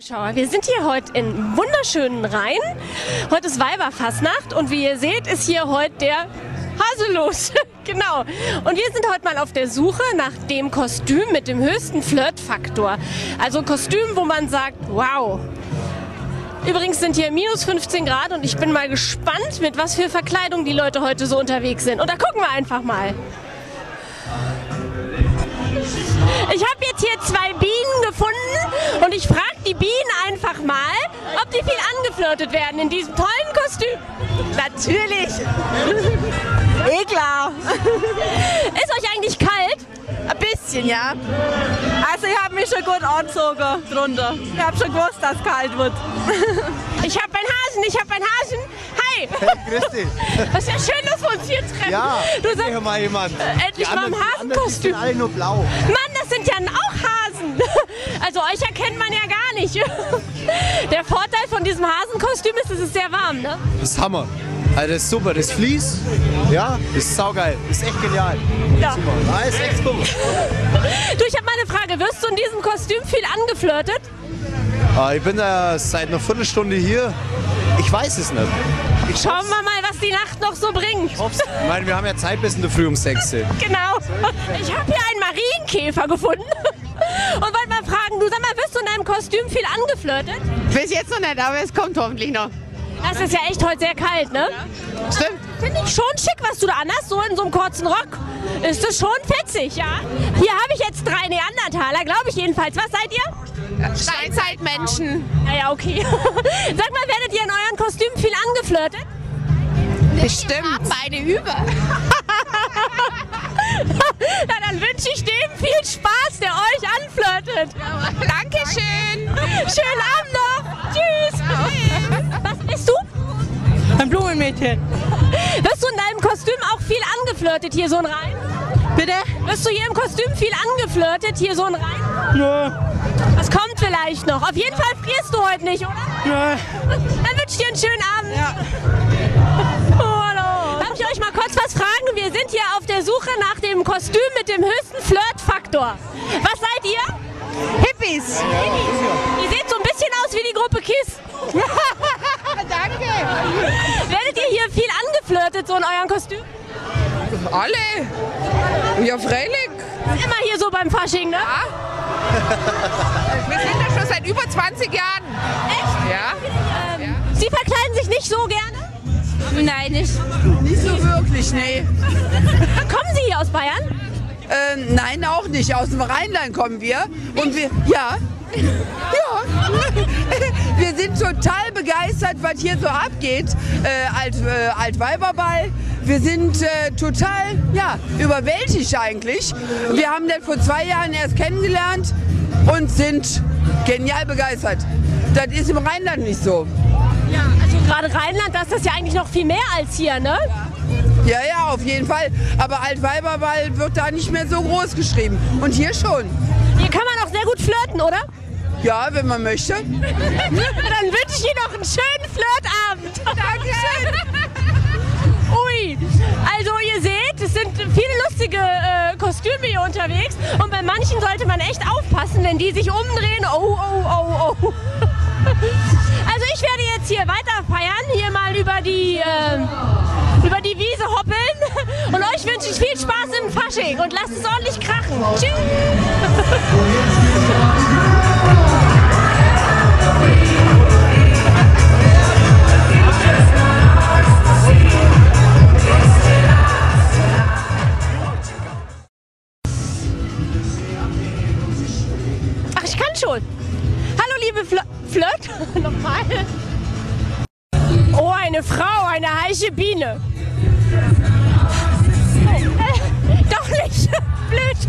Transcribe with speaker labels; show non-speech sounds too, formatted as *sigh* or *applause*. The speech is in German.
Speaker 1: Zuschauer, wir sind hier heute in wunderschönen Rhein. Heute ist Weiberfassnacht und wie ihr seht, ist hier heute der Hase los. *laughs* genau. Und wir sind heute mal auf der Suche nach dem Kostüm mit dem höchsten Flirtfaktor. Also ein Kostüm, wo man sagt, wow. Übrigens sind hier minus 15 Grad und ich bin mal gespannt, mit was für Verkleidung die Leute heute so unterwegs sind. Und da gucken wir einfach mal. Ich habe jetzt hier zwei Bienen gefunden und ich frage die Bienen einfach mal, ob die viel angeflirtet werden in diesem tollen Kostüm.
Speaker 2: *laughs* Natürlich. Eh Eklar.
Speaker 1: *laughs* Ist euch eigentlich kalt?
Speaker 2: Ein bisschen, ja. Also ich habe mich schon gut angezogen drunter. Ich habe schon gewusst, dass es kalt wird. *laughs*
Speaker 1: Ich habe einen Hasen, ich habe einen Hasen. Hi!
Speaker 3: Hey, grüß dich.
Speaker 1: Das ist ja schön, dass wir uns hier treffen.
Speaker 3: Ja,
Speaker 1: du
Speaker 3: sag
Speaker 1: sagst, äh,
Speaker 3: mal jemand.
Speaker 1: endlich mal im Hafenkostüm.
Speaker 3: Die alle nur blau.
Speaker 1: Mann, das sind ja auch Hasen. *laughs* Also euch erkennt man ja gar nicht. *laughs* Der Vorteil von diesem Hasenkostüm ist, es ist sehr warm, ne?
Speaker 4: Das ist Hammer. Also das ist super, das fließt,
Speaker 3: Ja,
Speaker 4: das ist saugeil.
Speaker 3: ist echt genial.
Speaker 1: Ja.
Speaker 3: Super. Nice Expo.
Speaker 1: Du, ich habe mal eine Frage. Wirst du in diesem Kostüm viel angeflirtet?
Speaker 4: Äh, Ich bin da seit einer Viertelstunde hier. Ich weiß es nicht. Ich
Speaker 1: Schauen wir mal, was die Nacht noch so bringt.
Speaker 4: hoff's. Ich meine, wir haben ja Zeit bis in der Früh um 6. Uhr.
Speaker 1: *laughs* Genau. Ich habe hier einen Marienkäfer gefunden *laughs* und wollte mal fragen, du sag mal, wirst du in deinem Kostüm viel angeflirtet?
Speaker 5: Bis jetzt noch nicht, aber es kommt hoffentlich noch.
Speaker 1: Das ist ja echt heute sehr kalt, ne?
Speaker 5: Stimmt.
Speaker 1: Finde ich schon schick, was du da anhast, so in so einem kurzen Rock. Ist das schon fetzig, ja? Hier habe ich jetzt drei Neandertaler, glaube ich jedenfalls. Was seid ihr?
Speaker 5: Steinzeitmenschen.
Speaker 1: Naja, okay. *laughs* Sag mal, werdet ihr in euren Kostümen viel angeflirtet?
Speaker 5: Bestimmt. Beide über.
Speaker 1: Na, dann wünsche ich dem viel Spaß, der euch anflirtet.
Speaker 5: Dankeschön.
Speaker 1: *laughs* Schönen Abend noch. Tschüss. Was bist du?
Speaker 6: Ein Blumenmädchen.
Speaker 1: Wirst du in deinem Kostüm auch viel angeflirtet hier so in Rhein?
Speaker 6: Bitte?
Speaker 1: Wirst du hier im Kostüm viel angeflirtet hier so in Rhein?
Speaker 6: Nö,
Speaker 1: Das kommt vielleicht noch. Auf jeden Fall frierst du heute nicht, oder?
Speaker 6: nö.
Speaker 1: Dann wünsche ich dir einen schönen Abend. *laughs* Ja. Hallo. Darf ich euch mal kurz was fragen? Wir sind hier auf der Suche nach dem Kostüm mit dem höchsten Flirtfaktor. Was seid ihr?
Speaker 5: Hippies.
Speaker 1: Ihr seht so ein bisschen aus wie die Gruppe Kiss.
Speaker 5: *laughs* Danke.
Speaker 1: Werdet ihr hier viel angeflirtet so in euren Kostüm?
Speaker 7: Alle? Ja, freilich.
Speaker 1: Ist immer hier so beim Fasching, ne?
Speaker 7: Wir sind ja schon seit über 20 Jahren.
Speaker 1: Echt?
Speaker 7: Ja?
Speaker 1: Ähm, Sie verkleiden sich nicht so gerne?
Speaker 5: Nein, nicht.
Speaker 7: Nicht so wirklich, nee.
Speaker 1: Kommen Sie hier aus Bayern?
Speaker 7: Ähm, nein, auch nicht. Aus dem Rheinland kommen wir. Und wir, ja. Ja. *laughs* Wir sind total begeistert, was hier so abgeht. Äh, Alt, äh, Altweiberball. Wir sind äh, total, ja, überwältigt eigentlich. Wir haben das vor zwei Jahren erst kennengelernt und sind genial begeistert. Das ist im Rheinland nicht so.
Speaker 1: Ja, also gerade Rheinland, das ist das ja eigentlich noch viel mehr als hier, ne?
Speaker 7: Ja, ja, auf jeden Fall. Aber Altweiberwald wird da nicht mehr so groß geschrieben. Und hier schon.
Speaker 1: Hier kann man auch sehr gut flirten, oder?
Speaker 7: Ja, wenn man möchte.
Speaker 1: Dann wünsche ich Ihnen noch einen schönen Flirtabend. Ui, also ihr seht, es sind viele lustige äh, Kostüme hier unterwegs und bei manchen sollte man echt aufpassen, wenn die sich umdrehen. Oh, oh, oh, oh. Also ich werde jetzt hier weiter feiern, hier mal über die, äh, über die Wiese hoppeln und euch wünsche ich viel Spaß im Fasching und lasst es ordentlich krachen. Tschüss. Ach, ich kann schon. Hallo, liebe Fl Flirt. *laughs* Nochmal. Oh, eine Frau, eine heiße Biene. *laughs* Oh, äh, doch nicht. Blöd.